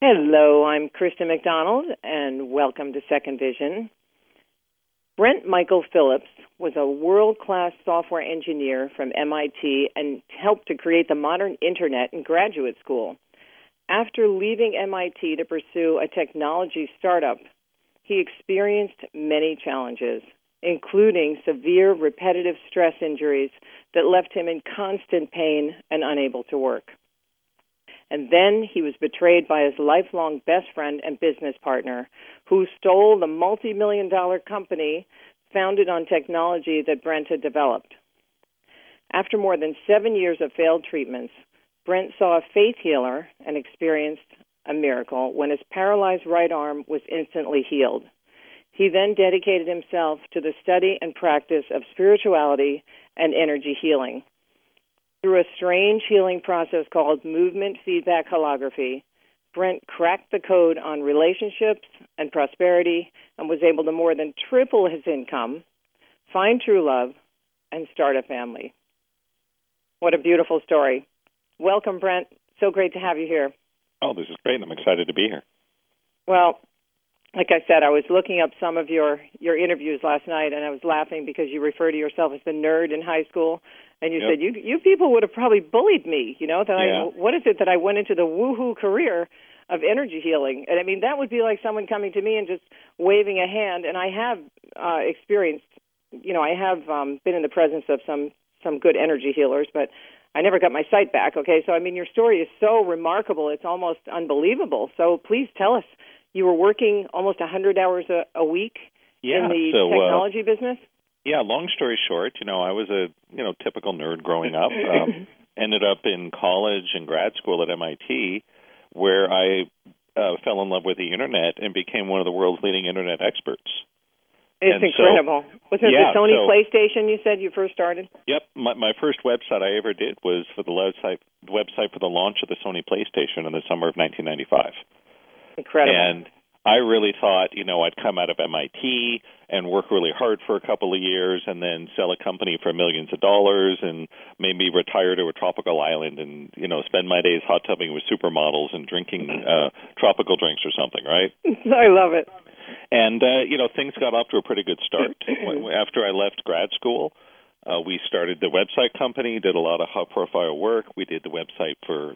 Hello, I'm Krista McDonald, and welcome to Second Vision. Brent Michael Phillips was a world class software engineer from MIT and helped to create the modern internet in graduate school. After leaving MIT to pursue a technology startup, he experienced many challenges, including severe repetitive stress injuries that left him in constant pain and unable to work. And then he was betrayed by his lifelong best friend and business partner, who stole the multi million dollar company founded on technology that Brent had developed. After more than seven years of failed treatments, Brent saw a faith healer and experienced a miracle when his paralyzed right arm was instantly healed. He then dedicated himself to the study and practice of spirituality and energy healing. Through a strange healing process called movement feedback holography, Brent cracked the code on relationships and prosperity and was able to more than triple his income, find true love, and start a family. What a beautiful story. Welcome, Brent. So great to have you here. Oh, this is great. I'm excited to be here. Well, like I said, I was looking up some of your your interviews last night, and I was laughing because you refer to yourself as the nerd in high school, and you Yep. said you you people would have probably bullied me. You know that Yeah. I what is it that I went into the woohoo career of energy healing, and I mean that would be like someone coming to me and just waving a hand. And I have uh, experienced, you know, I have um, been in the presence of some some good energy healers, but. I never got my sight back, okay? So, I mean, your story is so remarkable. It's almost unbelievable. So, please tell us you were working almost 100 hours a, a week Yeah. in the so, uh, technology business. yeah. Long story short, you know, I was a you know typical nerd growing up. Um, ended up in college and grad school at MIT, where I uh, fell in love with the internet and became one of the world's leading internet experts. It's and so- incredible. Was it yeah, the Sony so- PlayStation you said you first started? Yep. My, my first website I ever did was for the website website for the launch of the Sony PlayStation in the summer of 1995. Incredible. And I really thought, you know, I'd come out of MIT and work really hard for a couple of years and then sell a company for millions of dollars and maybe retire to a tropical island and, you know, spend my days hot tubbing with supermodels and drinking uh, tropical drinks or something, right? I love it. And uh, you know, things got off to a pretty good start. When- After I left grad school, uh, we started the website company, did a lot of high-profile work. We did the website for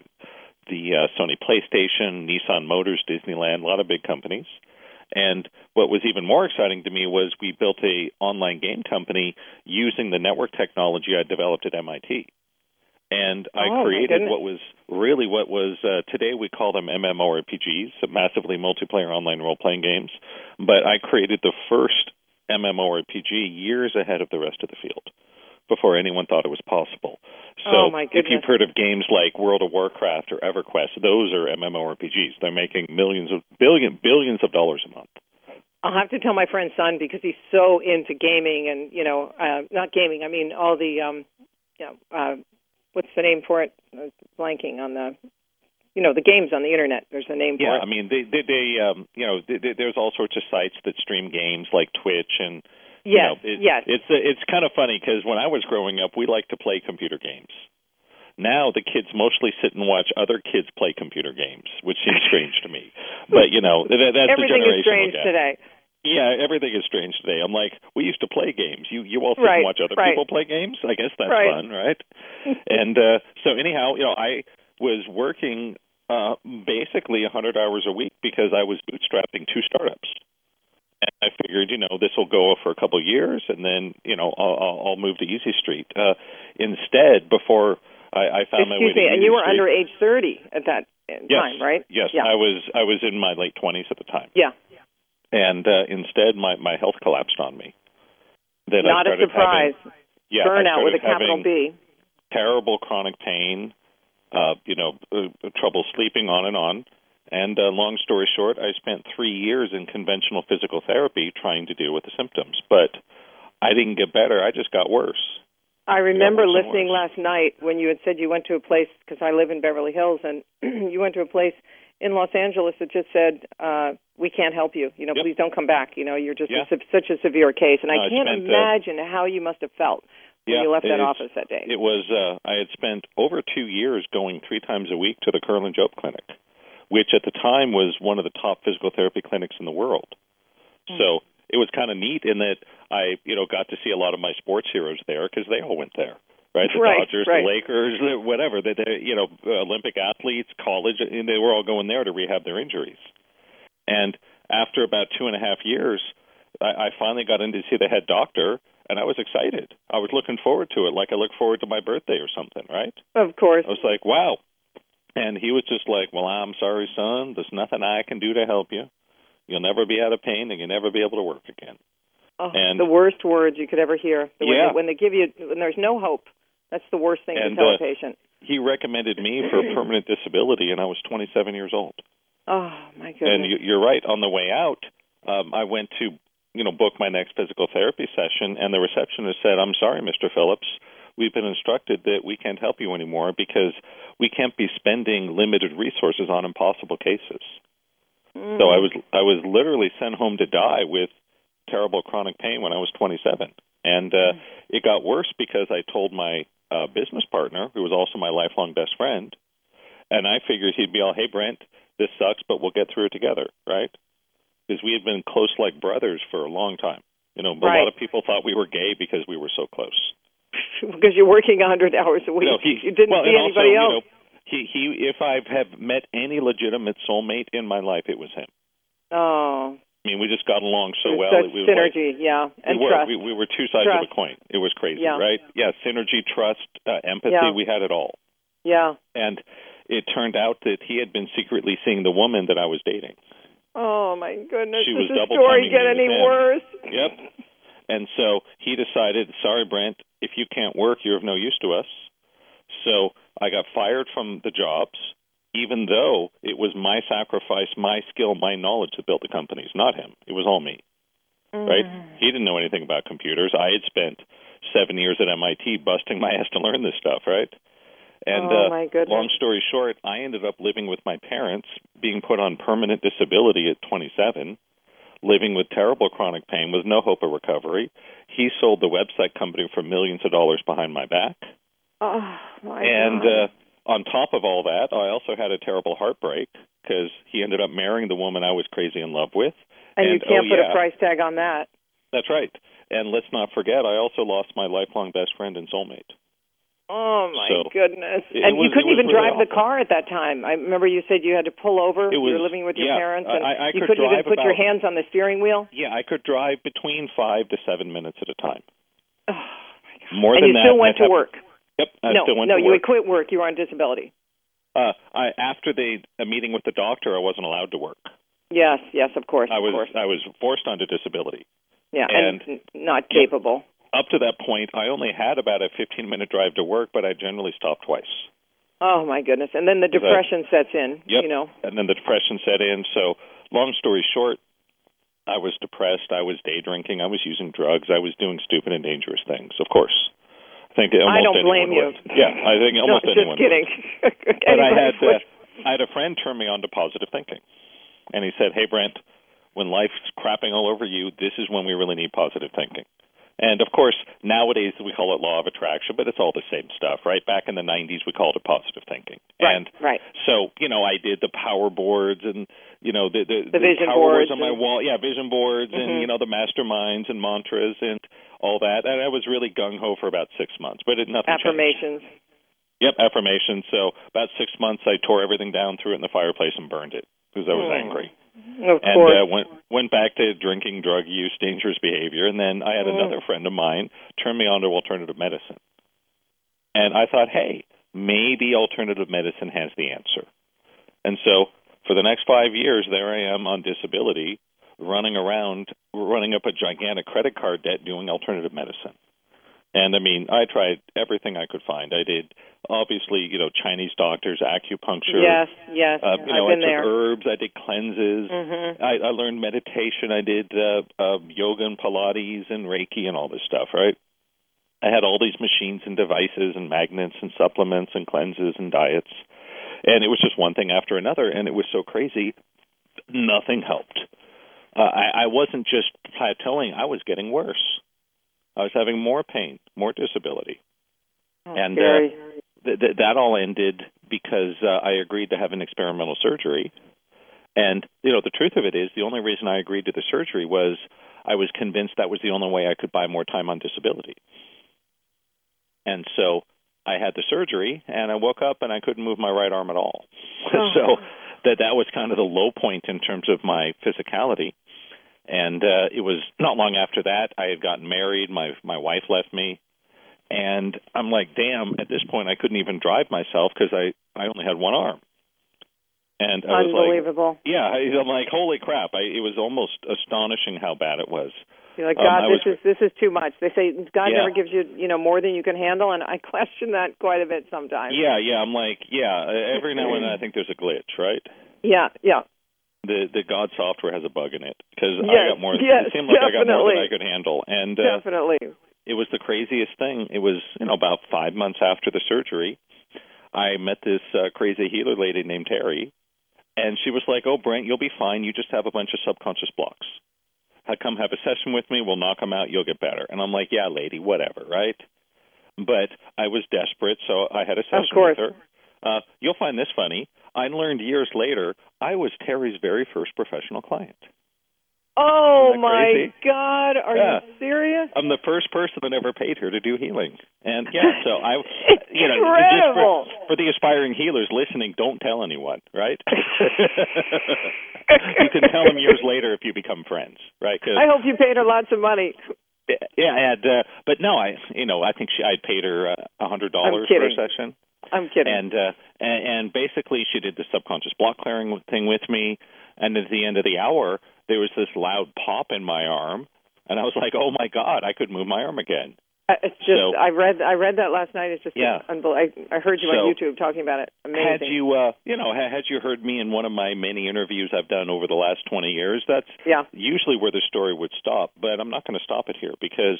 the uh, Sony PlayStation, Nissan Motors, Disneyland, a lot of big companies. And what was even more exciting to me was we built a online game company using the network technology I developed at MIT. And I Oh, my created goodness. what was really what was uh, today we call them MMORPGs, so massively multiplayer online role-playing games. But I created the first MMORPG years ahead of the rest of the field, before anyone thought it was possible. So Oh, my if you've goodness. heard of games like World of Warcraft or EverQuest, those are MMORPGs. They're making millions of billion billions of dollars a month. I'll have to tell my friend's son because he's so into gaming and, you know, uh, not gaming, I mean, all the, um, you know, uh, what's the name for it? I was blanking on the, you know, the games on the internet. There's a name for Yeah, it. I mean they they, they um, you know they, they, there's all sorts of sites that stream games like Twitch and you yes, know, it- yes. It's it's kind of funny because when I was growing up, we liked to play computer games. Now the kids mostly sit and watch other kids play computer games, which seems strange to me. But you know, that, that's the Everything generational is strange gap. today. Yeah, everything is strange today. I'm like, we used to play games. You you all sit Right, and watch other right. people play games. I guess that's Right. fun, right? and uh, so anyhow, you know, I was working uh, basically 100 hours a week because I was bootstrapping two startups. And I figured, you know, this will go for a couple of years, and then you know, I'll, I'll- I'll move to Easy Street. Uh, instead, before I, I found my way Excuse to me, Easy and you were Street, under age 30 at that uh, yes, time, right? Yes, Yeah. I was I was in my late 20s at the time Yeah. and uh, instead my, my health collapsed on me. Then I Not a started surprise. Having, yeah, I Burnout with started a capital having B. Terrible chronic pain, uh, you know, uh, trouble sleeping, on and on. And uh, long story short, I spent three years in conventional physical therapy trying to deal with the symptoms, but I didn't get better. I just got worse. I remember worse and listening worse. last night when you had said you went to a place because I live in Beverly Hills, and you went to a place in Los Angeles that just said, uh, "We can't help you. You know, Yep. please don't come back. You know, you're just Yeah. a, sev- such a severe case." And No, I I can't spent, uh, imagine how you must have felt yeah, when you left that it's- office that day. It was uh, I had spent over two years going three times a week to the Curl and Job Clinic, which at the time was one of the top physical therapy clinics in the world. Mm. So it was kind of neat in that I, you know, got to see a lot of my sports heroes there because they all went there, right? The Right, Dodgers, right. the Lakers, the- whatever. They, they, you know, Olympic athletes, college, and they were all going there to rehab their injuries. And after about two and a half years, I, I finally got in to see the head doctor, and I was excited. I was looking forward to it, like I look forward to my birthday or something, right? Hmm. Of course. I was like, wow. And he was just like, well, I'm sorry, son. There's nothing I can do to help you. You'll never be out of pain, and you'll never be able to work again. Oh, and- the worst words you could ever hear. The Yeah. When they, when they give you, when there's no hope, that's the worst thing to And, tell uh, a patient. He recommended me for permanent disability, and I was 27 years old. Oh my goodness. And you, you're right. On the way out, um, I went to you know book my next physical therapy session, and the receptionist said, "I'm sorry, Mr. Phillips." We've been instructed that we can't help you anymore because we can't be spending limited resources on impossible cases. Mm. So I was I was literally sent home to die with terrible chronic pain when I was 27, and uh, Mm. it got worse because I told my uh, business partner, who was also my lifelong best friend, and I figured he'd be all, "Hey Brent, this sucks, but we'll get through it together, right?" Because we had been close like brothers for a long time. You know, a Right. lot of people thought we were gay because we were so close. because you're working a 100 hours a week. No, he, you didn't well, see and also, anybody you else. know, he, he, if I have met any legitimate soulmate in my life, it was him. oh, I mean, we just got along so there's well. such it was like- synergy, yeah, and we were. trust. We, we were two sides of Trust. a coin. It was crazy, Yeah. right? Yeah, synergy, trust, uh, empathy. Yeah. We had it all. yeah. And it turned out that he had been secretly seeing the woman that I was dating. Oh my goodness. She was Does the double story timing get me with any him. worse? Yep. And so he decided, sorry, Brent, if you can't work, you're of no use to us. So I got fired from the jobs, even though it was my sacrifice, my skill, my knowledge that built the companies, not him. It was all me. right? Mm. He didn't know anything about computers. I had spent seven years at MIT busting my ass to learn this stuff, right? And oh uh, my goodness. long story short, I ended up living with my parents, being put on permanent disability at 27, living with terrible chronic pain with no hope of recovery. He sold the website company for millions of dollars behind my back. oh my and God. uh, on top of all that, I also had a terrible heartbreak because he ended up marrying the woman I was crazy in love with. and, you and, can't oh, put yeah. a price tag on that. That's right. And let's not forget, I also lost my lifelong best friend and soulmate. Oh my So, goodness! it- it and was- you it couldn't was even really drive the awful. car at that time. I remember you said you had to pull over. It you were was- living with your yeah, parents, I- and I- I you could couldn't even drive put your about- hands on the steering wheel. Yeah, I could drive between five to seven minutes at a time. Oh, my God. More and than you that, still went that to work. Yep, I no, still went no, to you work. had quit work. You were on disability. Uh, I, after the a meeting with the doctor, I wasn't allowed to work. Yes, yes, of course, I of was course. I was forced onto disability. Yeah, and- n- not yeah. capable. Up to that point, I only had about a 15 minute drive to work, but I generally stopped twice. Oh my goodness! And then the Because I- depression sets in. Yep. You know. And then the depression set in. So, long story short, I was depressed. I was day drinking. I was using drugs. I was doing stupid and dangerous things. Of course, I think almost I don't anyone blame you. would. Yeah, I think almost no, Just anyone. kidding. But I Anybody had would. uh, I had a friend turn me on to positive thinking, and he said, "Hey Brent, when life's crapping all over you, this is when we really need positive thinking." And of course, nowadays we call it law of attraction, but it's all the same stuff, right? Back in the '90s, we called it positive thinking, right, and right. so you know, I did the power boards and you know the the, The vision power boards, boards on my and- wall, yeah, vision boards Mhm. and you know the masterminds and mantras and all that. And I was really gung ho for about six months, but it nothing changed. Affirmations. Yep, affirmation. So about six months, I tore everything down, threw it in the fireplace, and burned it because I was Hmm. angry. Of And course. uh, went went back to drinking, drug use, dangerous behavior, and then I had Hmm. another friend of mine turn me on to alternative medicine. And I thought, hey, maybe alternative medicine has the answer. And so for the next five years, there I am on disability, running around, running up a gigantic credit card debt doing alternative medicine. And I mean, I tried everything I could find. I did, obviously, you know, Chinese doctors, acupuncture. Yes, yes. Uh, you know, I've been I took there. herbs. I did cleanses. Mm-hmm. I, I learned meditation. I did uh, uh, yoga and Pilates and Reiki and all this stuff, right? I had all these machines and devices and magnets and supplements and cleanses and diets. And it was just one thing after another. And it was so crazy, nothing helped. Uh, I, I wasn't just plateauing, I was getting worse. I was having more pain, more disability. and, uh, Oh, Scary. th- th- that all ended because uh, I agreed to have an experimental surgery. And you know, the truth of it is, the only reason I agreed to the surgery was I was convinced that was the only way I could buy more time on disability. And so I had the surgery, and I woke up and I couldn't move my right arm at all. Oh. so that that was kind of the low point in terms of my physicality. And uh, it was not long after that I had gotten married. My my wife left me, and I'm like, damn. At this point, I couldn't even drive myself because I I only had one arm. And I was like, Unbelievable. yeah, I, I'm like, holy crap! I, it was almost astonishing how bad it was. You're like, Um, God, I this is was- this is too much. They say God Yeah. never gives you, you know, more than you can handle, and I question that quite a bit sometimes. Yeah, yeah. I'm like, yeah. uh, Every now and then, I think there's a glitch, right? yeah, yeah. The the God software has a bug in it because I Yes, got more. yes, it seemed like I got more definitely. than I could handle, and uh, definitely. it was the craziest thing. It was you know about five months after the surgery, I met this uh, crazy healer lady named Terry, and she was like, "Oh, Brent, you'll be fine. You just have a bunch of subconscious blocks. Uh, Come have a session with me. We'll knock them out. You'll get better." And I'm like, "Yeah, lady, whatever, right?" But I was desperate, so I had a session course. with her. Uh, you'll find this funny. I learned years later I was Terry's very first professional client. Oh Isn't that my crazy? God, are Yeah. you serious? I'm the first person that ever paid her to do healing. And yeah, so I, It's you know, just incredible. for, for the aspiring healers listening, don't tell anyone, right? you can tell them years later if you become friends, right? 'Cause- I hope you paid her lots of money. yeah, and, uh, but no, I, you know, I think she, I paid her uh, a hundred dollars for a kidding. session, I'm kidding. and uh, and, and basically she did the subconscious block clearing thing with me, and at the end of the hour there was this loud pop in my arm, and I was like, oh my god, I could move my arm again. I- it's just so- I read I read that last night. It's just Yeah. unbel- I, I heard you on So- YouTube talking about it. Amazing. Had you, uh, you know, ha- had you heard me in one of my many interviews I've done over the last 20 years, that's yeah. usually where the story would stop. But I'm not going to stop it here because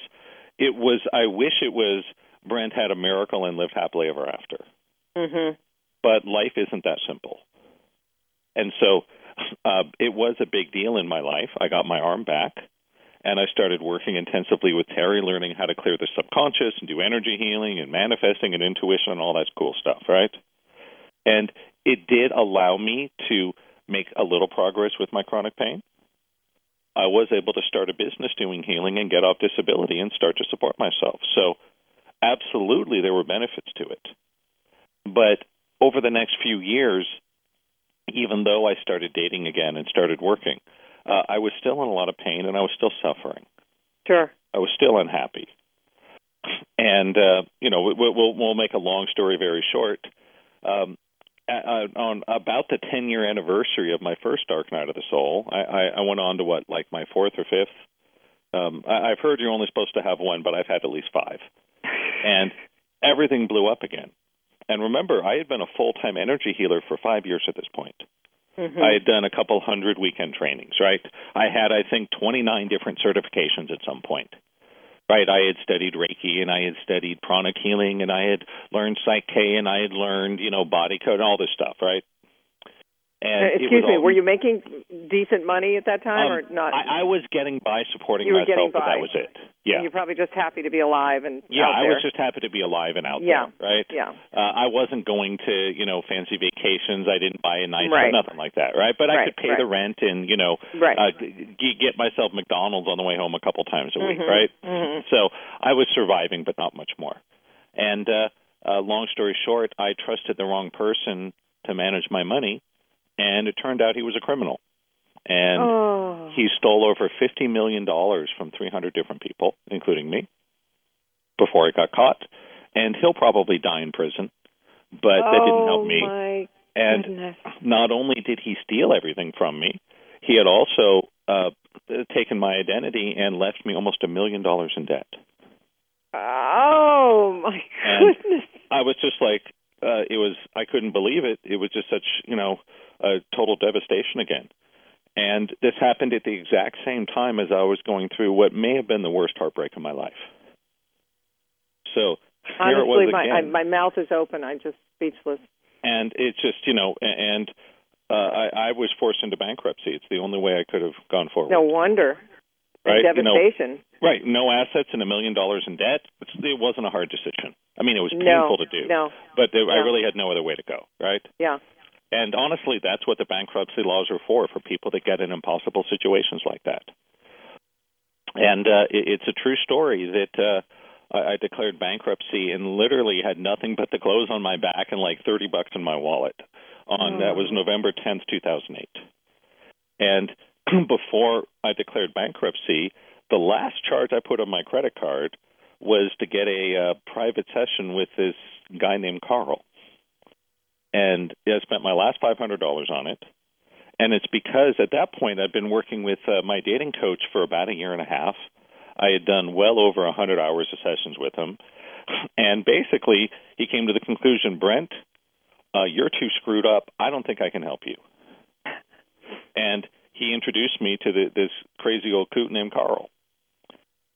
it was. I wish it was Brent had a miracle and lived happily ever after. Mhm. But life isn't that simple, and so uh, it was a big deal in my life. I got my arm back. And I started working intensively with Terry, learning how to clear the subconscious and do energy healing and manifesting and intuition and all that cool stuff, right? And it did allow me to make a little progress with my chronic pain. I was able to start a business doing healing and get off disability and start to support myself. So, absolutely, there were benefits to it. But over the next few years, even though I started dating again and started working, uh, I was still in a lot of pain and I was still suffering. Sure. I was still unhappy. And uh, you know, we- we'll, we'll we'll make a long story very short. Um, uh, on about the ten year anniversary of my first Dark Night of the Soul, I, I, I went on to what like my fourth or fifth. Um, I, I've heard you're only supposed to have one, but I've had at least five, and everything blew up again. And remember, I had been a full time energy healer for five years at this point. Mhm. I had done a couple hundred weekend trainings, right? I had, I think, 29 different certifications at some point, right? I had studied Reiki and I had studied pranic healing and I had learned Psyche and I had learned, you know, body code and all this stuff, right? And Uh, it Excuse was me. all- Were you making decent money at that time, Um, or not? I, I was getting by supporting You were myself, getting but by. that was it. Yeah. You're probably just happy to be alive and Yeah, out I there. was just happy to be alive and out Yeah. there, right? yeah. Uh, I wasn't going to, you know, fancy vacations. I didn't buy a nice, Right. nothing like that, right? But I Right, could pay right. the rent and, you know, Right. uh, g- g- get myself McDonald's on the way home a couple times a week, Mhm. right? Mhm. So I was surviving, but not much more. And uh, uh, long story short, I trusted the wrong person to manage my money, and it turned out he was a criminal, and oh. he stole over fifty million dollars from three hundred different people, including me, before I got caught. And he'll probably die in prison, but that didn't help me. Oh my and goodness. not only did he steal everything from me, he had also uh, taken my identity and left me almost a million dollars in debt. Oh my And- goodness. I was just like, uh, it was, I couldn't believe it. It was just such, you know, uh, total devastation again. And this happened at the exact same time as I was going through what may have been the worst heartbreak of my life. So here it was Honestly, my again. I, my mouth is open. I'm just speechless. and it's just you know a- and uh, I, I was forced into bankruptcy. It's the only way I could have gone forward. No wonder. The Oh. right? You know, devastation. right? No assets and a million dollars in debt. It's, it wasn't a hard decision. I mean, it was No, painful to do, no, but there, I Yeah. really had no other way to go, right? yeah, And honestly, that's what the bankruptcy laws are for, for people that get in impossible situations like that. And uh, it, it's a true story that uh, I, I declared bankruptcy and literally had nothing but the clothes on my back and like 30 bucks in my wallet. On that was November 10th, 2008. And before I declared bankruptcy, the last charge I put on my credit card was to get a uh, private session with this guy named Carl and I spent my last five hundred dollars on it. And it's because at that point I'd been working with uh, my dating coach for about a year and a half. I had done well over a hundred hours of sessions with him, and basically he came to the conclusion, Brent, uh, you're too screwed up. I don't think I can help you. And he introduced me to the, this crazy old coot named Carl.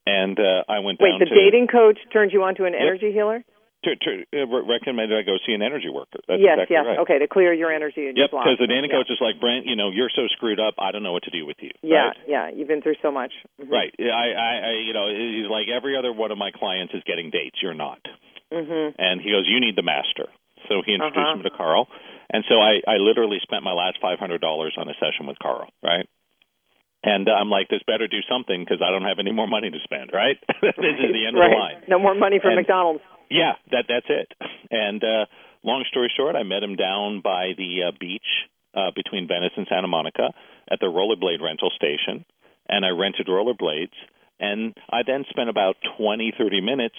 And uh, I went Wait, down the to dating coach turned you on to an energy healer? to, to uh, re- recommended I go see an energy worker. That's yes, exactly yes. right. Okay, to clear your energy and Yep, your block. because the dating yeah. coach is like Brent. You know, you're so screwed up. I don't know what to do with you. Yeah, right? yeah. You've been through so much. Mhm. Right. Yeah, I, I, I, you know, he's like every other one of my clients is getting dates. You're not. Mhm. And he goes, you need the master. So he introduced Uh-huh. me to Carl, and so I, I literally spent my last five hundred dollars on a session with Carl. Right. And I'm like, this better do something because I don't have any more money to spend. Right. this is the end right. of the line. No more money for And- McDonald's. Yeah, that that's it. And uh long story short, I met him down by the uh, beach uh between Venice and Santa Monica at the rollerblade rental station and I rented rollerblades and I then spent about twenty thirty minutes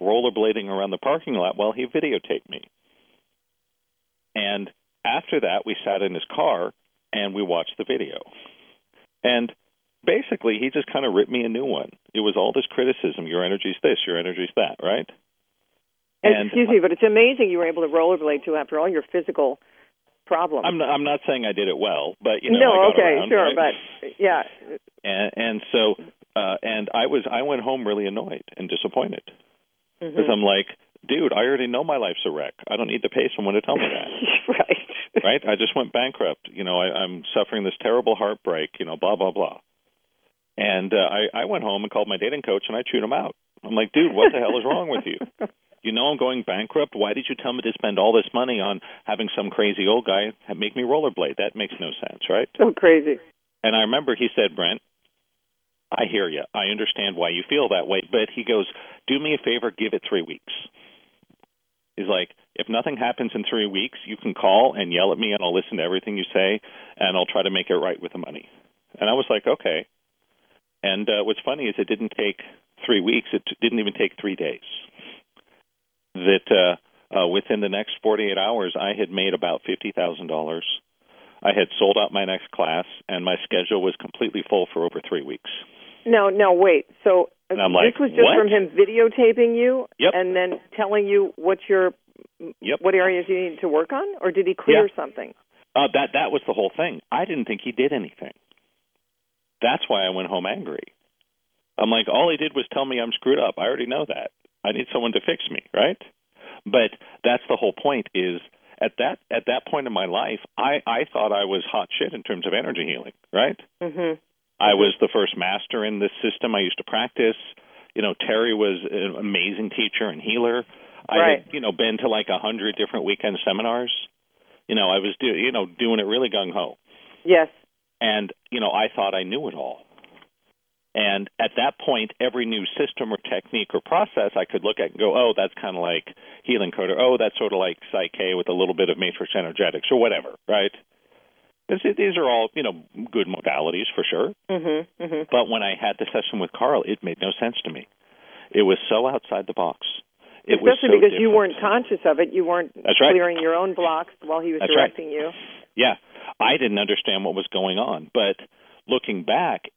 rollerblading around the parking lot while he videotaped me. And after that, we sat in his car and we watched the video. And basically, he just kind of ripped me a new one. It was all this criticism your energy's this, your energy's that, right? And- Excuse me, but it's amazing you were able to rollerblade too after all your physical problems. I'm not, I'm not saying I did it well, but you know, no, I got okay, around, sure, right? but yeah, and, and so uh, and I was I went home really annoyed and disappointed mhm. because I'm like, dude, I already know my life's a wreck. I don't need to pay someone to tell me that. right. right? I just went bankrupt. You know, I, I'm suffering this terrible heartbreak. You know, blah blah blah. And uh, I, I went home and called my dating coach, and I chewed him out. I'm like, dude, what the hell is wrong with you? You know, I'm going bankrupt. Why did you tell me to spend all this money on having some crazy old guy make me rollerblade? That makes no sense, right? so crazy. And I remember he said, Brent, I hear you. I understand why you feel that way. But he goes, do me a favor, give it three weeks. He's like, if nothing happens in three weeks, you can call and yell at me, and I'll listen to everything you say, and I'll try to make it right with the money. And I was like, okay. And uh, what's funny is it didn't take three weeks. It t- didn't even take three days. That uh, uh, within the next 48 hours, I had made about fifty thousand dollars. I had sold out my next class, and my schedule was completely full for over three weeks. No, no, wait. So And I'm this like, was just what? from him videotaping you Yep. and then telling you what your Yep. what areas you need to work on, or did he clear something? Uh, that that was the whole thing. I didn't think he did anything. That's why I went home angry. I'm like, all he did was tell me I'm screwed up. I already know that. I need someone to fix me, right? But that's the whole point. Is at that at that point in my life, I I thought I was hot shit in terms of energy healing, right? Mm-hmm. I was the first master in this system. I used to practice. You know, Terry was an amazing teacher and healer. I Right. had, you know, been to like a hundred different weekend seminars. You know, I was do you know doing it really gung ho, Yes. and you know, I thought I knew it all. And at that point, every new system or technique or process I could look at and go, oh, that's kind of like healing code, or oh, that's sort of like Psyche with a little bit of matrix energetics, or whatever, right? 'Cause These are all, you know, good modalities for sure. Mm-hmm. Mm-hmm. But when I had the session with Carl, it made no sense to me. It was so outside the box. It was so Especially because you different. weren't conscious of it. You weren't That's right. clearing your own blocks while he was That's right. directing you. Yeah, I didn't understand what was going on. But looking back,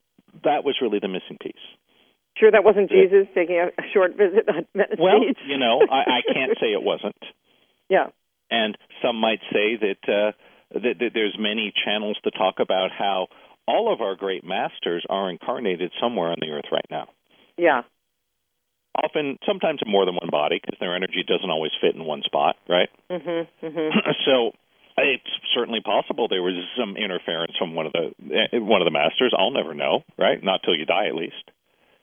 that was really the missing piece. Sure, that wasn't Yeah. Jesus taking a, a short visit on Venice Well, Beach? you know, I, I can't say it wasn't. yeah. And some might say that, uh, that that there's many channels to talk about how all of our great masters are incarnated somewhere on the earth right now. Yeah. Often, sometimes in more than one body, because their energy doesn't always fit in one spot, right? Mhm. Mhm. so it's certainly possible there was some interference from one of the eh, one of the masters. I'll never know, right? Not till you die, at least.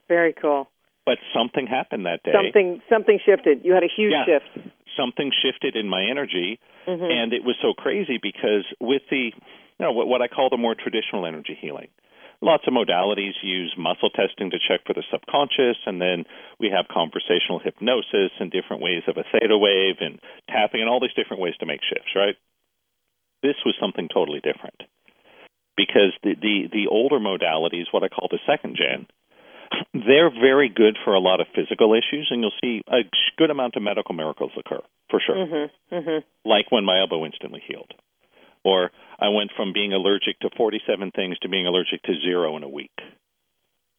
Very cool. But something happened that day. Something something shifted. You had a huge Yeah. shift. Something shifted in my energy, Mm-hmm. Mm-hmm. and it was so crazy because with the, you know, what, what I call the more traditional energy healing, lots of modalities use muscle testing to check for the subconscious, and then we have conversational hypnosis and different ways of a theta wave and tapping and all these different ways to make shifts, right? This was something totally different because the the, the older modalities, what I call the second gen, they're very good for a lot of physical issues, and you'll see a good amount of medical miracles occur for sure. Mm-hmm. Mm-hmm. Like when my elbow instantly healed, or I went from being allergic to 47 things to being allergic to zero in a week.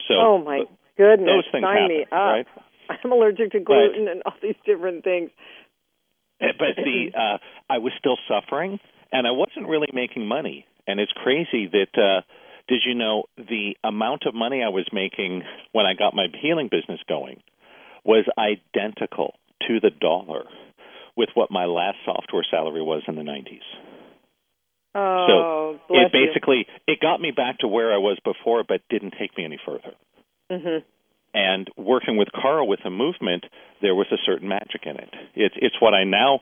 So, oh my goodness. those things Sign me up. happen, right? I'm allergic to gluten and all these different things. but the uh, I was still suffering, and I wasn't really making money. And it's crazy that uh, did you know the amount of money I was making when I got my healing business going was identical to the dollar with what my last software salary was in the 90s. Oh, bless it basically it got me back to where I was before, but didn't take me any further. you. hmm and working with Carl with the movement, there was a certain magic in it. It's it's what I now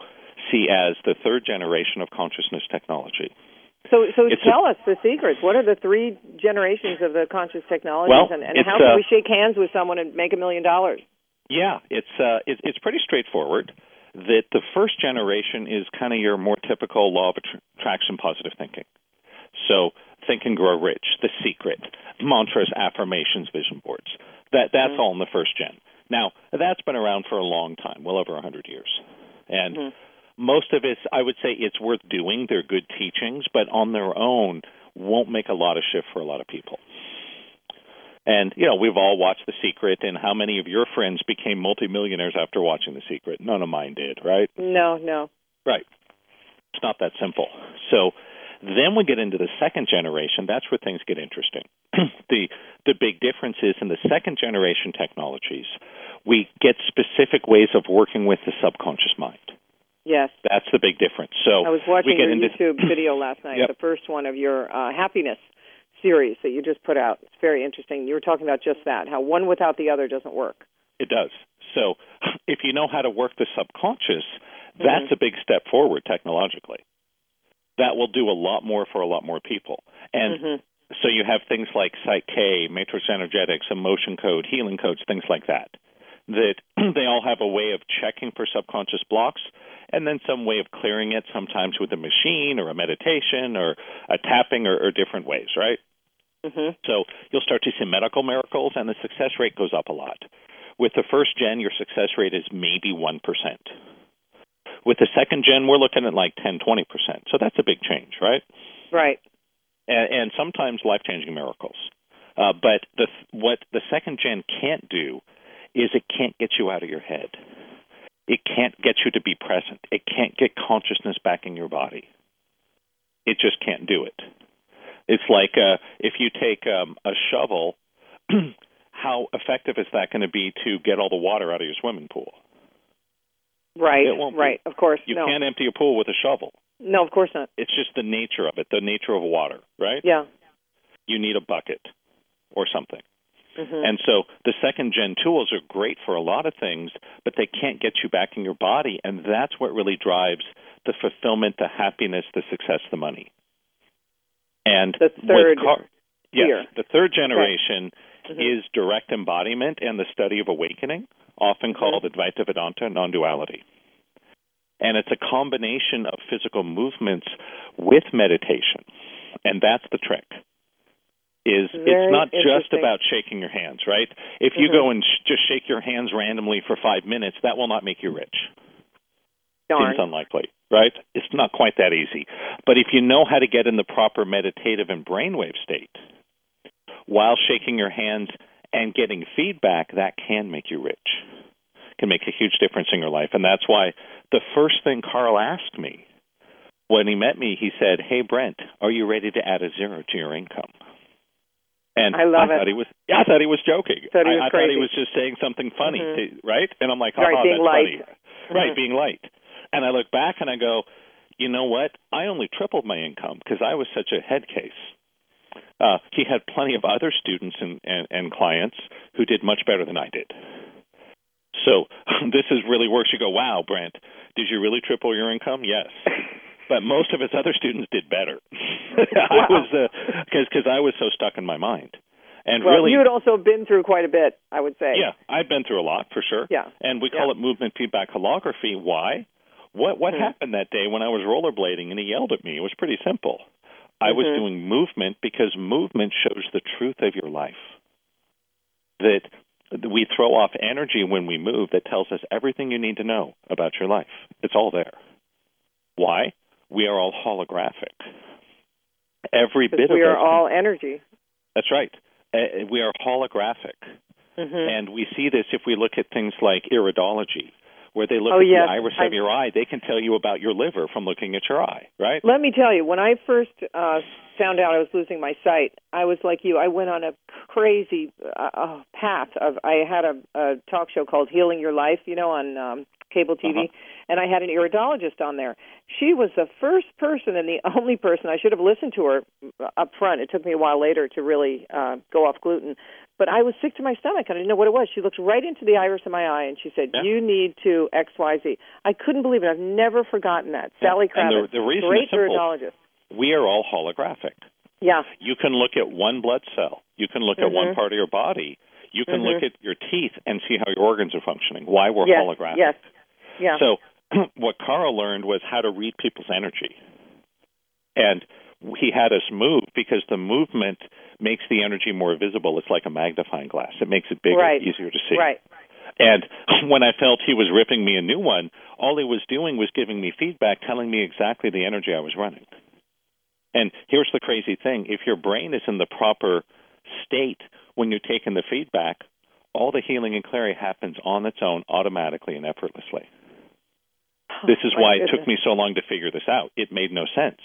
see as the third generation of consciousness technology. So, so It's a- tell us the secrets. What are the three generations of the conscious technologies, Well, and, and it's, how can uh, we shake hands with someone and make a million dollars? Yeah, it's uh, it's it's pretty straightforward. That the first generation is kind of your more typical law of attr- attraction, positive thinking. So think and grow rich, the secret, mantras, affirmations, vision boards. That that's all in the first gen. Now that's been around for a long time, well over a hundred years, and Mm-hmm. most of it's I would say it's worth doing. They're good teachings, but on their own won't make a lot of shift for a lot of people. And you know, we've all watched The Secret, and how many of your friends became multimillionaires after watching The Secret? None of mine did, right? No, no. Right. It's not that simple. So then we get into the second generation. That's where things get interesting. the the big difference is in the second generation technologies, we get specific ways of working with the subconscious mind. Yes, That's the big difference. So I was watching Oh, we get your into YouTube video last night, Yep. the first one of your uh, happiness series that you just put out. It's very interesting. You were talking about just that, how one without the other doesn't work. It does. So if you know how to work the subconscious, Mm-hmm. that's a big step forward technologically. That will do a lot more for a lot more people. And Mm-hmm. so you have things like Psyche, Matrix Energetics, Emotion Code, Healing Codes, things like that. That they all have a way of checking for subconscious blocks and then some way of clearing it, sometimes with a machine or a meditation or a tapping or, or different ways, right? Mm-hmm. So you'll start to see medical miracles, and the success rate goes up a lot. With the first gen, your success rate is maybe 1%. With the second gen, we're looking at like 10, 20%. So that's a big change, right? Right. And, and sometimes life changing miracles. Uh, but the, what the second gen can't do is it can't get you out of your head. It can't get you to be present. It can't get consciousness back in your body. It just can't do it. It's like uh, if you take um, a shovel, how effective is that going to be to get all the water out of your swimming pool? Right. It won't be- right. Of course. You no. can't empty a pool with a shovel. No, of course not. It's just the nature of it, the nature of water, right? Yeah. You need a bucket or something. Mm-hmm. And so the second gen tools are great for a lot of things, but they can't get you back in your body. And that's what really drives the fulfillment, the happiness, the success, the money. And The with third car- tier. yes, the third generation Mhm. is direct embodiment and the study of awakening, Mm-hmm. often called Advaita Vedanta non duality. And it's a combination of physical movements with meditation. And that's the trick. Is Very it's not just interesting. about shaking your hands, right? If you Mhm. go and sh- just shake your hands randomly for five minutes, that will not make you rich. Darn. Seems unlikely, right? It's not quite that easy. But if you know how to get in the proper meditative and brainwave state while shaking your hands and getting feedback, that can make you rich. Can make a huge difference in your life. And that's why the first thing Carl asked me when he met me, he said, Hey Brent, are you ready to add a zero to your income? And I love I thought it. he was I thought he was joking. Thought he was I, I thought crazy. he was just saying something funny, Mhm. to- right? And I'm like, Right, "Haha, being that's light. funny Mm-hmm. right being light and i look back and i go you know what i only tripled my income because i was such a head case Uh, he had plenty of other students and, and, and clients who did much better than I did. So this is really works. You go, wow, Brent, did you really triple your income? Yes. But most of his other students did better. I Wow. was because because I was so stuck in my mind, and well, really, you had also been through quite a bit, I would say. yeah, I've been through a lot for sure. Yeah. And we call Yeah. it movement feedback holography. Why? What what Mhm. happened that day when I was rollerblading and he yelled at me? It was pretty simple. I was Mhm. doing movement because movement shows the truth of your life. That we throw off energy when we move that tells us everything you need to know about your life. It's all there. Why? We are all holographic. Every 'Cause bit we of are us- all energy. That's right. Uh, we are holographic. Mm-hmm. And we see this if we look at things like iridology, where they look Oh, at yes. the iris I- of your eye. They can tell you about your liver from looking at your eye, right? Let me tell you, when I first uh, found out I was losing my sight, I was like you. I went on a crazy uh, uh, path of. I had a, a talk show called Healing Your Life, you know, on um, cable TV, Uh-huh. and I had an iridologist on there. She was the first person and the only person. I should have listened to her up front. It took me a while later to really uh, go off gluten, but I was sick to my stomach. I didn't know what it was. She looked right into the iris of my eye and she said, Yeah. "You need to X Y Z." I couldn't believe it. I've never forgotten that. Yeah. Sally And Kravitz the, the reason great is simple. iridologist. We are all holographic. Yeah. You can look at one blood cell. You can look at Mhm. one part of your body. You can Mhm. look at your teeth and see how your organs are functioning. Why we're yes. holographic. Yes. Yeah. So what Carl learned was how to read people's energy. And he had us move because the movement makes the energy more visible. It's like a magnifying glass. It makes it bigger, Right. easier to see. right. And when I felt he was ripping me a new one, all he was doing was giving me feedback, telling me exactly the energy I was running. And here's the crazy thing if your brain is in the proper state when you're taking the feedback, all the healing and clarity happens on its own automatically and effortlessly. This is Oh, My why it goodness. took me so long to figure this out. It made no sense.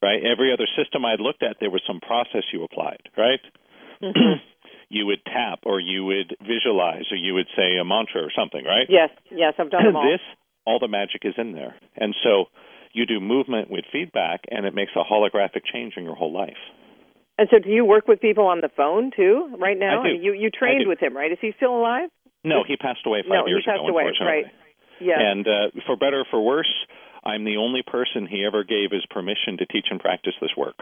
Right? Every other system I'd looked at, there was some process you applied, right? Mhm. you would tap or you would visualize or you would say a mantra or something, right? yes. Yes. I've done them all. this all the magic is in there. And so you do movement with feedback and it makes a holographic change in your whole life. and so, do you work with people on the phone too right now? I do. You you trained do. with him, right? Is he still alive? No, he passed away 5 no, years he passed ago away. Right. unfortunately. Yes. And uh, for better or for worse, I'm the only person he ever gave his permission to teach and practice this work.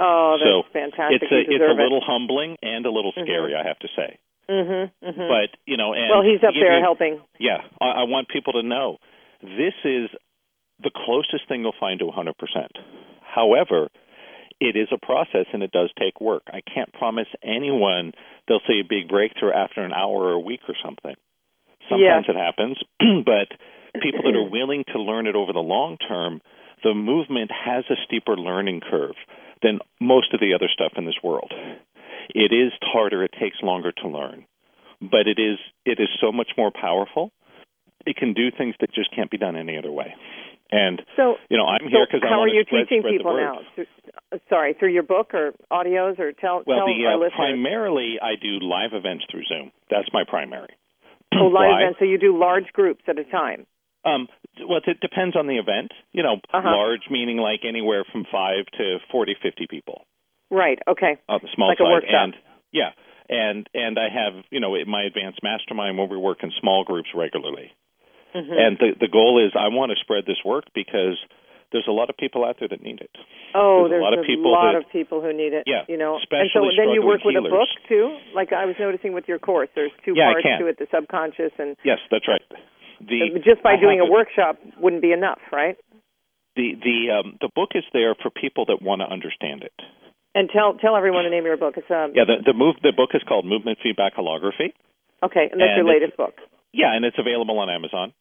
oh, that's so fantastic. it's a you it's a deserve little humbling and a little Mhm. scary, I have to say. Mm-hmm. hmm But you know, and well, he's to up give there you- helping. Yeah, I, I want people to know this is the closest thing you'll find to 100%. However, it is a process and it does take work. I can't promise anyone they'll see a big breakthrough after an hour or a week or something. Sometimes it happens, but people that are willing to learn it over the long term, the movement has a steeper learning curve than most of the other stuff in this world. It is harder, it takes longer to learn, but it is it is so much more powerful. It can do things that just can't be done any other way. And So, you know, I'm so here because I how want are you to spread, teaching spread people the word. now? Th- uh, Sorry, through your book or audios or tell tell Well, the, our uh, listeners. primarily I do live events through Zoom. That's my primary. oh, live Why? events. So you do large groups at a time. Um, well, it depends on the event. You know, Uh-huh. large meaning like anywhere from five to forty, fifty people. Right. Okay. Uh, small Like a size workshop. and yeah, and and I have you know my advanced mastermind where we work in small groups regularly. Mm-hmm. And the the goal is I want to spread this work because there's a lot of people out there that need it. Oh, There's a lot of people lot that- of people who need it. Yeah, you know. And so especially then you struggling work with a book healers. too. Like I was noticing with your course, there's two Yeah, I parts can. to it: the subconscious and Yes, that's right. The just by I doing have a a- workshop wouldn't be enough, right? the the um, the book is there for people that want to understand it. And tell tell everyone the name of your book. It's um Yeah, the the move the book is called Movement Feedback Holography. okay, and that's and your it's- latest book. Yeah, and it's available on Amazon.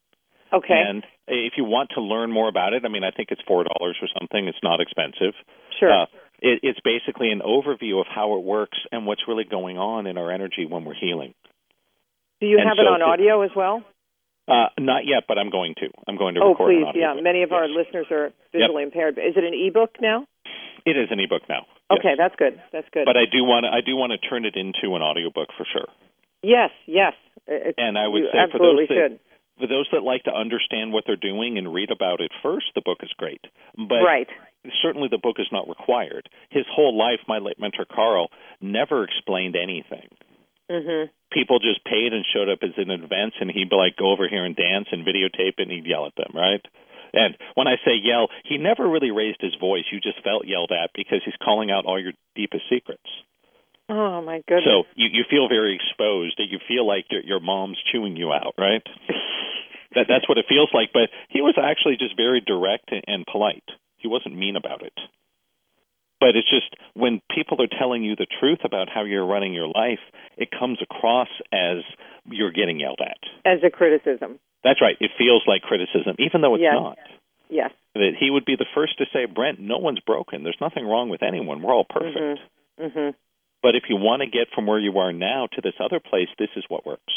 Okay, And if you want to learn more about it, I mean, I think it's four dollars or something. It's not expensive. sure. Uh, it, it's basically an overview of how it works and what's really going on in our energy when we're healing. Do you and have it so on it- audio as well? Uh, not yet, but I'm going to. I'm going to Oh, record please, an audio yeah. book. Many of our Yes. listeners are visually impaired. Is it an e-book now? It is an ebook now. Okay, yes. that's good. That's good. But I do want to I do want to turn it into an audiobook for sure. yes, yes. It, And I would you say for absolutely those that should. for those that like to understand what they're doing and read about it first, the book is great. But right. certainly the book is not required. His whole life, my late mentor Carl never explained anything. hmm People just paid and showed up as in advance, and he'd be like, "Go over here and dance and videotape," it," and he'd yell at them, right? And when I say yell, he never really raised his voice. You just felt yelled at because he's calling out all your deepest secrets. Oh my goodness. So you, you feel very exposed. That you feel like your, your mom's chewing you out, right? that that's what it feels like. But he was actually just very direct and, and polite. He wasn't mean about it. But it's just when people are telling you the truth about how you're running your life, it comes across as you're getting yelled at. As a criticism. That's right. It feels like criticism, even though it's Yes. not. Yes. That he would be the first to say, Brent, no one's broken. There's nothing wrong with anyone. We're all perfect. hmm But if you want to get from where you are now to this other place, this is what works.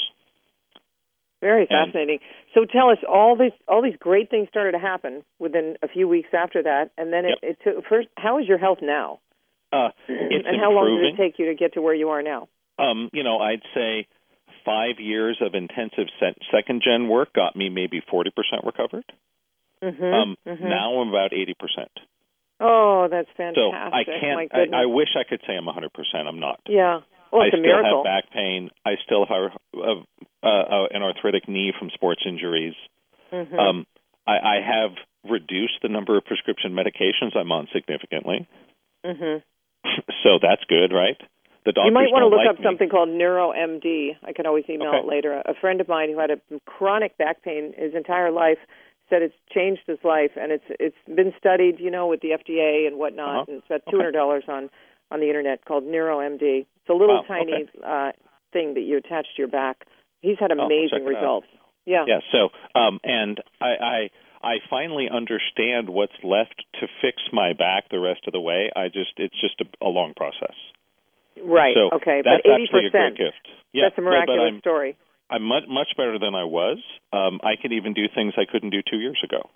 Very And- fascinating. So tell us all these all these great things started to happen within a few weeks after that, and then it, it took first. How is your health now? Uh, and it's how long did improving. it take you to get to where you are now? um, you know, I'd say five years of intensive se- second gen work got me maybe 40% recovered. Mm-hmm. Um, Now I'm about 80%. oh, that's So fantastic! I My can't, goodness. I, I wish I could say I'm 100%. I'm not. yeah. Well, I it's a still miracle. have back pain. I still have uh, uh, uh, an arthritic knee from sports injuries. Mhm. Um, I, I have reduced the number of prescription medications I'm on significantly. Mhm. so that's good, right? The doctors You might want to don't look like up me. something called NeuroMD. I can always email Okay. it later. A friend of mine who had a chronic back pain his entire life said it's changed his life, and it's it's been studied, you know, with the FDA and whatnot, Uh-huh. and it's about Okay. two hundred dollars on on the internet called NeuroMD. It's a little Wow, tiny okay. uh, thing that you attach to your back. He's had I'll check amazing it out. results. Yeah. Yeah. So, um, and I, I, I finally understand what's left to fix my back the rest of the way. I just, it's just a, a long process. Right. So okay. that's but eighty actually a great percent. gift. Yeah. that's a miraculous No, but I'm, story. I'm much, much better than I was. Um, I can even do things I couldn't do two years ago.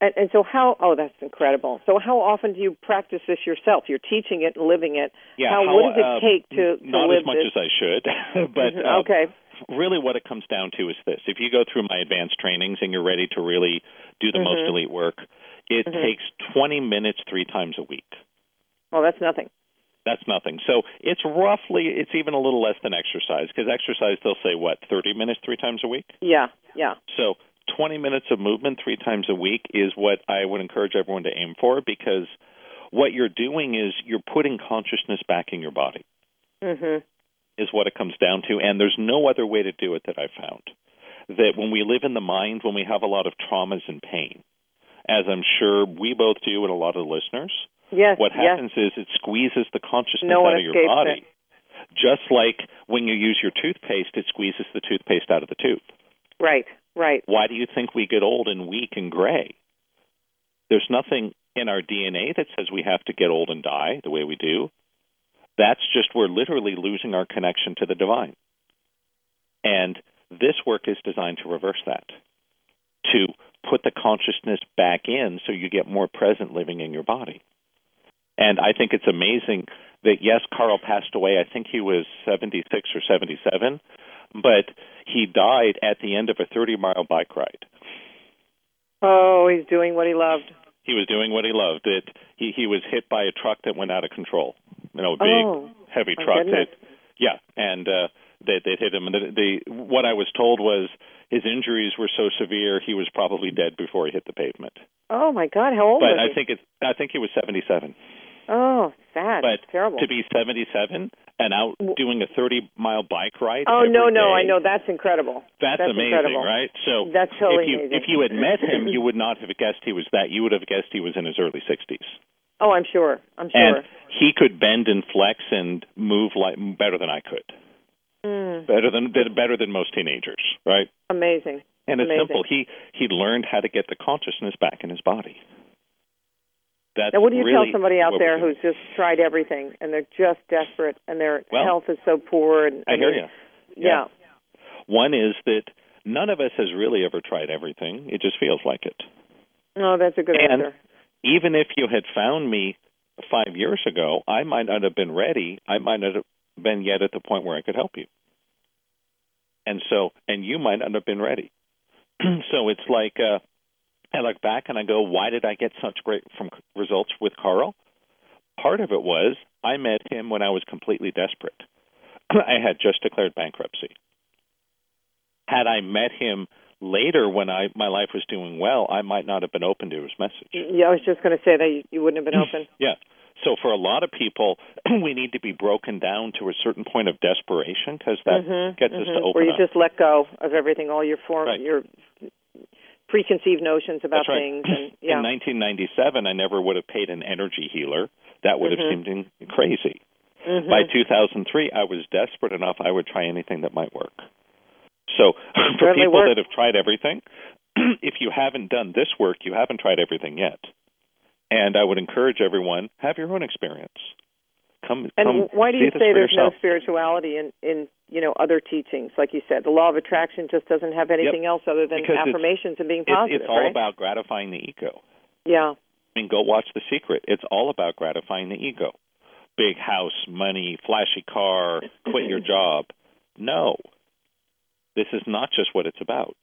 And, and so how? Oh, that's incredible. So how often do you practice this yourself? You're teaching it and living it. Yeah. How- how, what does it uh, take to- to not live as much this? as I should, but Mhm. uh, okay. really what it comes down to is this if you go through my advanced trainings and you're ready to really do the most Mhm. elite work it Mhm. takes 20 minutes three times a week Well, that's nothing. that's nothing so it's roughly it's even a little less than exercise because exercise they'll say what 30 minutes three times a week Yeah. Yeah. so 20 minutes of movement three times a week is what i would encourage everyone to aim for because what you're doing is you're putting consciousness back in your body Mhm. is what it comes down to, and there's no other way to do it that I've found. That when we live in the mind, when we have a lot of traumas and pain, as I'm sure we both do and a lot of listeners, Yes. what yes. happens is it squeezes the consciousness No one out of your escapes body. Just like when you use your toothpaste, it squeezes the toothpaste out of the tooth. Right. Right. Why do you think we get old and weak and gray? There's nothing in our DNA that says we have to get old and die the way we do. That's just we're literally losing our connection to the divine. And this work is designed to reverse that, to put the consciousness back in so you get more present living in your body. And I think it's amazing that, yes, Carl passed away. I think he was 76 or 77, but he died at the end of a 30 mile bike ride. Oh, he's doing what he loved. He was doing what he loved. It, he, he was hit by a truck that went out of control. You know, a big, oh. heavy my truck goodness. that Yeah, and uh, they they hit him. And the, the what I was told was his injuries were so severe he was probably dead before he hit the pavement. Oh my God. How old but was I he? think it's I think he was 77. oh, sad. but Terrible. To be 77 and out W- doing a 30 mile bike ride. oh every no, no. day, I know that's incredible. That's, That's amazing, incredible. right? So That's totally if you amazing. if you had met him, you would not have guessed he was that. You would have guessed he was in his early 60s. Oh, I'm sure. I'm sure. And he could bend and flex and move like better than I could. Mm, Better than better than most teenagers, right? amazing. And it's Amazing. simple. He he learned how to get the consciousness back in his body. That's Now, what do you really tell somebody out what there we're doing. who's just tried everything and they're just desperate and their Well, health is so poor? And I hear mean, you. Yeah. One is that none of us has really ever tried everything. It just feels like it. No, Oh, that's a good And- answer. Even if you had found me five years ago, I might not have been ready. I might not have been yet at the point where I could help you. And so, and you might not have been ready. so it's like uh, I look back and I go, why did I get such great from results with Carl? Part of it was I met him when I was completely desperate. I had just declared bankruptcy. Had I met him later when I my life was doing well, I might not have been open to his message. Yeah, I was just going to say that you wouldn't have been open. Mm. yeah. So for a lot of people, we need to be broken down to a certain point of desperation because that Mhm, gets us mhm. to open Where you up. just let go of everything, all your form, Right. your preconceived notions about That's right. things, and yeah, In 1997, I never would have paid an energy healer. That would Mhm. have seemed in- crazy. Mhm. By 2003, I was desperate enough. I would try anything that might work. So for Certainly people worked. that have tried everything, if you haven't done this work, you haven't tried everything yet. And I would encourage everyone have your own experience. Come, And come why do see you this say for there's yourself. no spirituality in in you know other teachings? Like you said, the law of attraction just doesn't have anything else other than Because it's- affirmations and being It- positive, it's all right? about gratifying the ego. yeah, I mean, go watch The Secret. It's all about gratifying the ego. Big house, money, flashy car, quit your job. No. This is not just what it's about.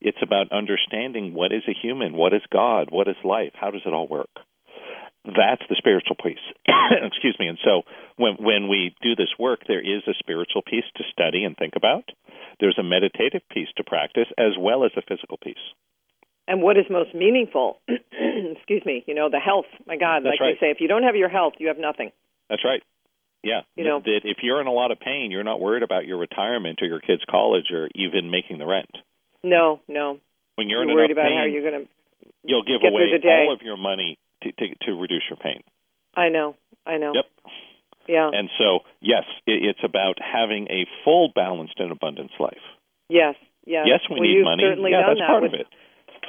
It's about understanding what is a human, what is God, what is life, how does it all work? That's the spiritual piece. Excuse me. And so when when we do this work, there is a spiritual piece to study and think about. There's a meditative piece to practice as well as a physical piece. and what is most meaningful? excuse me, you know, the health. My God, That's like right. you say, if you don't have your health, you have nothing. That's right. Yeah. You know- that if you're in a lot of pain, you're not worried about your retirement or your kids' college or even making the rent. No, no, When you're, in worried enough about pain, how you're going to. will give get away through the day. all of your money to, to to reduce your pain. I know, I know. Yep. Yeah. And so, yes, it, it's about having a full, balanced, and abundance life. yes. Yes. Yes, we well, need you've money. Certainly yeah, done that's that part with of it.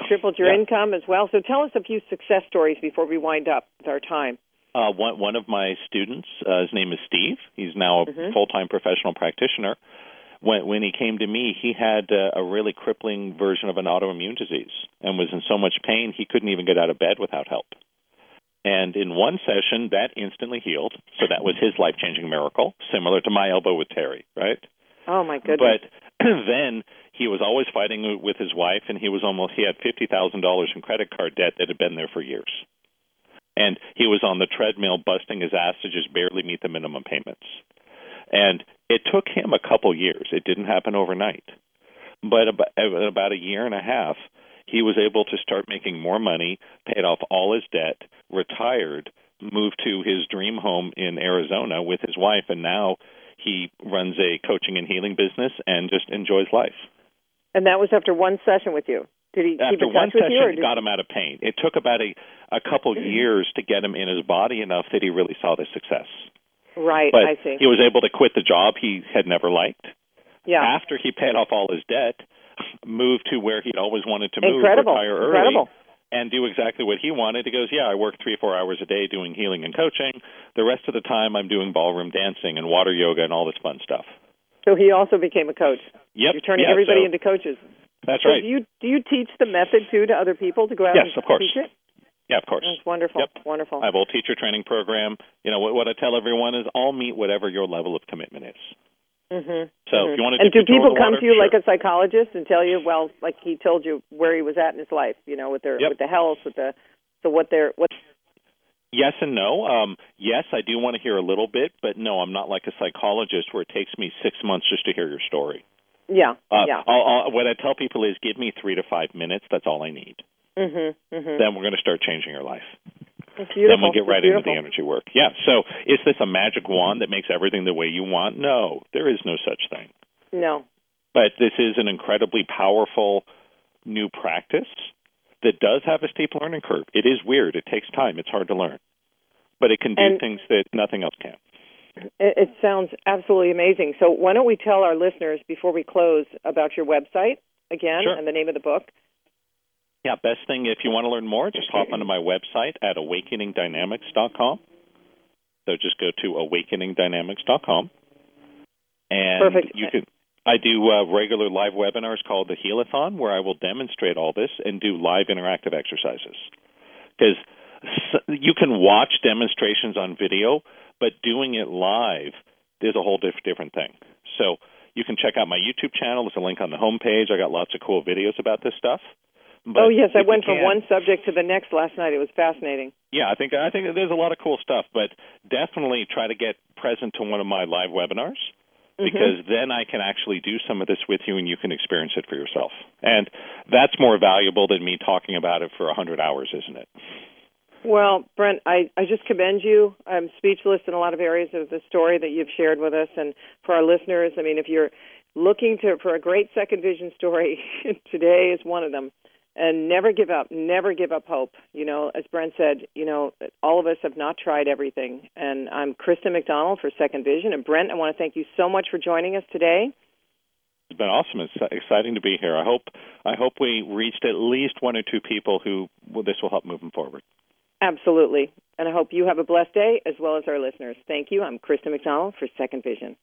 tripled your Yeah. income as well. So tell us a few success stories before we wind up with our time. Uh, one one of my students, uh, his name is Steve. He's now a Mhm. full time professional practitioner. When when he came to me, he had uh, a really crippling version of an autoimmune disease and was in so much pain he couldn't even get out of bed without help. And in one session, that instantly healed. So that was his life changing miracle, similar to my elbow with Terry, right? Oh my goodness. But then he was always fighting with his wife, and he was almost he had fifty thousand dollars in credit card debt that had been there for years, and he was on the treadmill busting his ass to just barely meet the minimum payments, and it took him a couple years. It didn't happen overnight, but about, about a year and a half, he was able to start making more money, paid off all his debt, retired, moved to his dream home in Arizona with his wife, and now he runs a coaching and healing business and just enjoys life. And that was after one session with you. Did he keep After in touch one with you? Or Mm. did session, it got him out of pain. It took about a, a couple years to get him in his body enough that he really saw the success. right, But I see. he was able to quit the job he had never liked. yeah. After he paid off all his debt, moved to where he'd always wanted to move, Incredible. retire early, Incredible. and do exactly what he wanted. He goes, Yeah, I work three, four hours a day doing healing and coaching. The rest of the time, I'm doing ballroom dancing and water yoga and all this fun stuff. So he also became a coach. Yep. You're turning yeah, everybody so- into coaches. That's So right. do you do you teach the method too to other people to go out Yes, and of course. teach it? Yeah, of course. That's wonderful. Yep. Wonderful. I have a whole teacher training program. You know, what, what I tell everyone is I'll meet whatever your level of commitment is. Mhm. So Mhm. if you want to And do people the come water, to you sure. like a psychologist and tell you, well, like he told you where he was at in his life, you know, with their Yep. with the health, with the so what they're what Yes and no. Um, yes, I do want to hear a little bit, but no, I'm not like a psychologist where it takes me six months just to hear your story. yeah, Uh, yeah. I'll, I'll, what I tell people is give me three to five minutes. That's all I need. Mhm. Mhm. Then we're going to start changing your life. It's beautiful. Then we get It's right beautiful. into the energy work. Yeah. So is this a magic wand that makes everything the way you want? No, there is no such thing. No. but this is an incredibly powerful new practice that does have a steep learning curve. It is weird. It takes time. It's hard to learn, but it can do And- things that nothing else can. It, it sounds absolutely amazing. So why don't we tell our listeners before we close about your website again Sure. and the name of the book? Yeah, best thing if you want to learn more, just hop onto my website at awakeningdynamics.com. So just go to awakeningdynamics.com, and Perfect. you can. I do uh, regular live webinars called the Healathon, where I will demonstrate all this and do live interactive exercises. Because you can watch demonstrations on video, but doing it live is a whole diff- different thing. So you can check out my YouTube channel. There's a link on the homepage. I got lots of cool videos about this stuff. But oh yes, I if you went from can- one subject to the next last night. It was fascinating. Yeah, I think I think there's a lot of cool stuff, but definitely try to get present to one of my live webinars Mm-hmm. because then I can actually do some of this with you and you can experience it for yourself. And that's more valuable than me talking about it for 100 hours, isn't it? Well, Brent, I, I just commend you. I'm speechless in a lot of areas of the story that you've shared with us. And for our listeners, I mean, if you're looking to, for a great second vision story, today is one of them. And never give up, never give up hope. You know, as Brent said, you know, all of us have not tried everything. And I'm Kristen McDonald for Second Vision. And Brent, I want to thank you so much for joining us today. It's been awesome. It's exciting to be here. I hope I hope we reached at least one or two people who well, this will help move them forward. Absolutely. And I hope you have a blessed day as well as our listeners. Thank you. I'm Kristen McDonald for Second Vision.